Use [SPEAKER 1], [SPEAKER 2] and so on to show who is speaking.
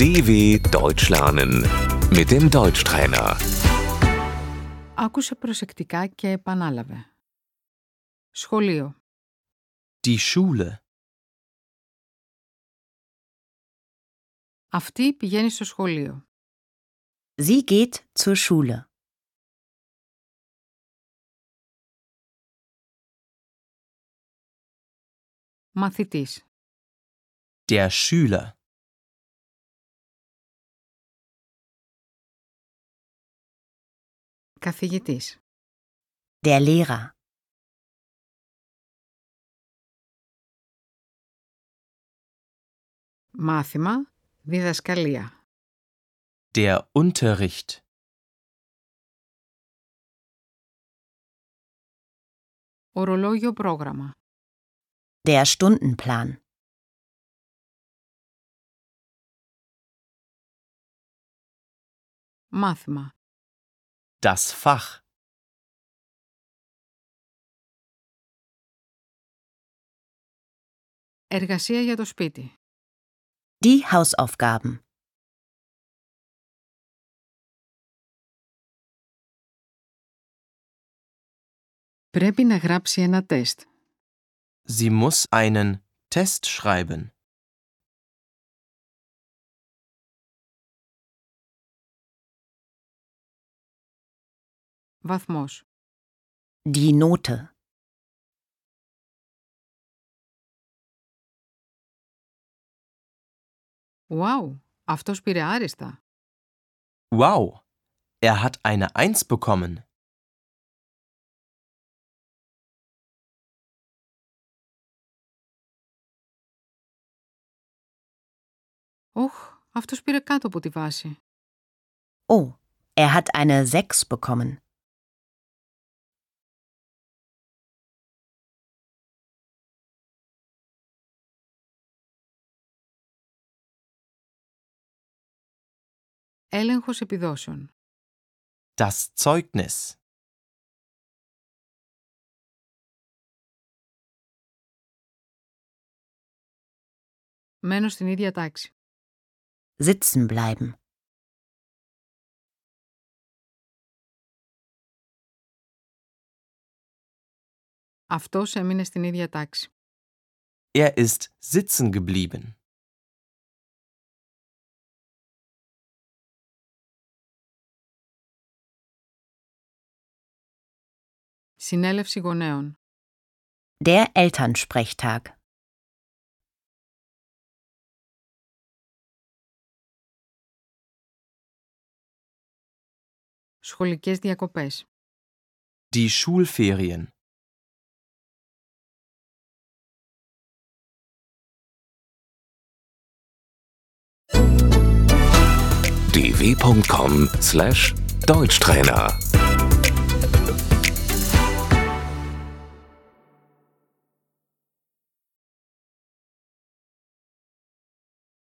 [SPEAKER 1] DW Deutsch lernen mit dem Deutschtrainer.
[SPEAKER 2] Άκουσε προσεκτικά και επανάλαβε. Σχολείο.
[SPEAKER 3] Die Schule.
[SPEAKER 2] Αυτή πηγαίνει στο σχολείο.
[SPEAKER 4] Sie geht zur Schule.
[SPEAKER 2] Μαθητής.
[SPEAKER 3] Der Schüler.
[SPEAKER 2] Καθηγητής.
[SPEAKER 4] Der Lehrer.
[SPEAKER 2] Μάθημα. Διδασκαλία.
[SPEAKER 3] Der Unterricht.
[SPEAKER 2] Ορολόγιο πρόγραμμα.
[SPEAKER 4] Der Stundenplan.
[SPEAKER 2] Μάθημα.
[SPEAKER 3] Das Fach.
[SPEAKER 2] Εργασία για το σπίτι.
[SPEAKER 4] Die Hausaufgaben.
[SPEAKER 2] Πρέπει να γράψει ένα τεστ.
[SPEAKER 3] Sie muss einen Test schreiben.
[SPEAKER 2] Βαθμός.
[SPEAKER 4] Die Note.
[SPEAKER 2] Ουάου! Αυτός πήρε άριστα.
[SPEAKER 3] Wow, er hat eine Eins bekommen.
[SPEAKER 2] Οχ, αυτός πήρε κάτω από τη βάση.
[SPEAKER 4] Oh, er hat eine 6 bekommen.
[SPEAKER 2] Έλεγχος επιδόσεων.
[SPEAKER 3] Das Zeugnis.
[SPEAKER 2] Μένω στην ίδια τάξη.
[SPEAKER 4] Sitzen bleiben.
[SPEAKER 2] Αυτός έμεινε στην ίδια τάξη.
[SPEAKER 3] Er ist sitzen geblieben.
[SPEAKER 2] Συνέλευση γονέων.
[SPEAKER 4] Der Elternsprechtag.
[SPEAKER 2] Σχολικές διακοπές.
[SPEAKER 3] Die Schulferien.
[SPEAKER 1] dw.com/deutschtrainer